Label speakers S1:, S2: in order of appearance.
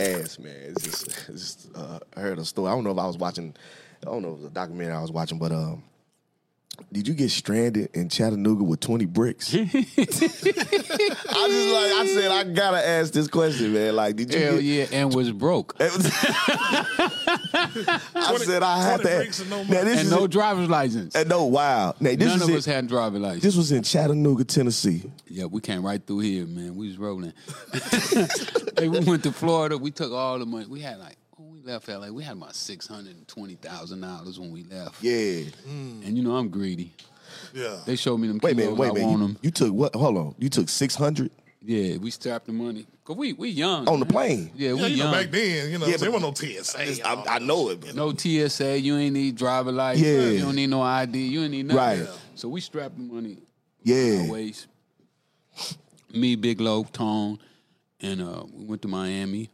S1: ass, man. It's just, it's just uh, I heard a story. I don't know if I was watching, I don't know if it was a documentary I was watching, but um, did you get stranded in Chattanooga with 20 bricks? I just like, I said, I gotta ask this question, man. Like, did you?
S2: Hell
S1: get,
S2: yeah, and was broke.
S1: I said, I had
S3: 20
S1: to
S3: bricks
S1: ask.
S3: and no
S1: now, this
S2: And
S1: is
S2: no
S1: in,
S2: driver's license.
S1: and no, wow. Now, this
S2: None
S1: was
S2: of
S1: in,
S2: us had driver's license.
S1: This was in Chattanooga, Tennessee.
S2: Yeah, we came right through here, man. We was rolling. Hey, we went to Florida. We took all the money. We had like when we left LA, we had about six hundred and twenty thousand dollars when we left.
S1: Yeah.
S2: And you know I'm greedy.
S3: Yeah.
S2: They showed me them.
S1: Wait a minute,
S2: kilos.
S1: wait a
S2: I
S1: minute.
S2: want
S1: You,
S2: 'em.
S1: you took what? Hold on. You took 600
S2: Yeah, we strapped the money. Cause we we young
S1: on the
S2: man.
S1: plane.
S2: Yeah, we
S3: Yeah, you know,
S2: young.
S3: back then, you know,
S1: Yeah,
S3: there
S1: but-
S3: was no TSA.
S1: I, I know it. but-
S2: no TSA. You ain't need driver license.
S1: Yeah.
S2: You don't need no ID. You ain't need nothing.
S1: Right.
S2: So we strapped the money.
S1: Yeah.
S2: my waist. Me, Big Low, Tone, and uh, we went to Miami.